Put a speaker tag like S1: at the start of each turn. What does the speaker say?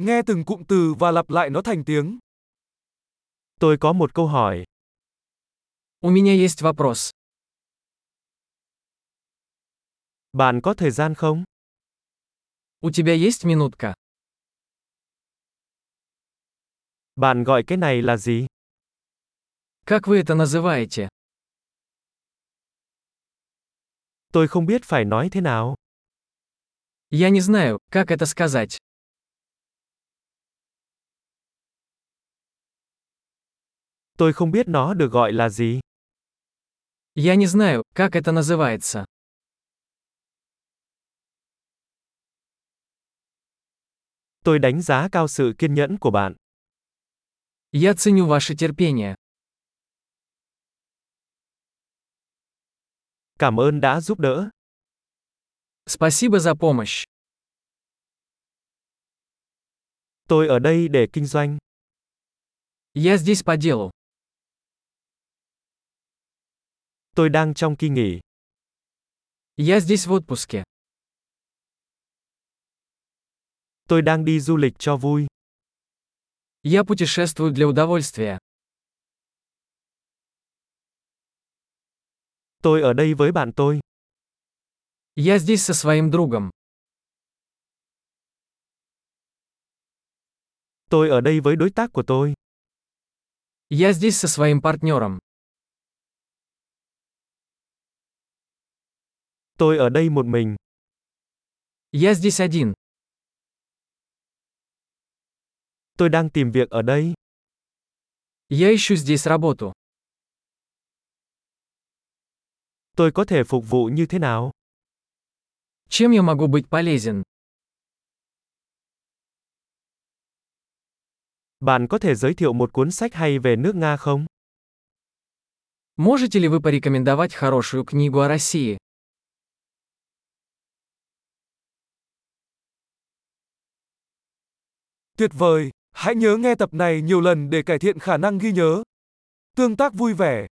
S1: Nghe từng cụm từ và lặp lại nó thành tiếng.
S2: Tôi có một câu hỏi.
S3: У меня есть вопрос.
S2: Bạn có thời gian không?
S3: У тебя есть минутка?
S2: Bạn gọi cái này là gì?
S3: Как вы это называете?
S2: Tôi không biết phải nói thế nào.
S3: Я не знаю, как это сказать.
S2: Tôi không biết nó được gọi là gì.
S3: Я не знаю, как это называется.
S2: Tôi đánh giá cao sự kiên nhẫn của bạn.
S3: Я ценю ваше терпение.
S2: Cảm ơn đã giúp đỡ.
S3: Спасибо за помощь.
S2: Tôi ở đây để kinh doanh.
S3: Я здесь по делу.
S2: Tôi đang trong kỳ nghỉ.
S3: Я здесь в отпуске.
S2: Tôi đang đi du lịch cho vui.
S3: Я путешествую для удовольствия.
S2: Tôi ở đây với bạn tôi.
S3: Я здесь со своим другом.
S2: Tôi ở đây với đối tác của tôi.
S3: Я здесь со своим партнером.
S2: Tôi ở đây một mình.
S3: Я здесь один.
S2: Tôi đang tìm việc ở đây.
S3: Я ищу здесь работу.
S2: Tôi có thể phục vụ như thế nào?
S3: Чем я могу быть полезен?
S2: Bạn có thể giới thiệu một cuốn sách hay về nước Nga không?
S3: Можете ли вы порекомендовать хорошую книгу о России?
S1: Tuyệt vời! Hãy nhớ nghe tập này nhiều lần để cải thiện khả năng ghi nhớ. Tương tác vui vẻ.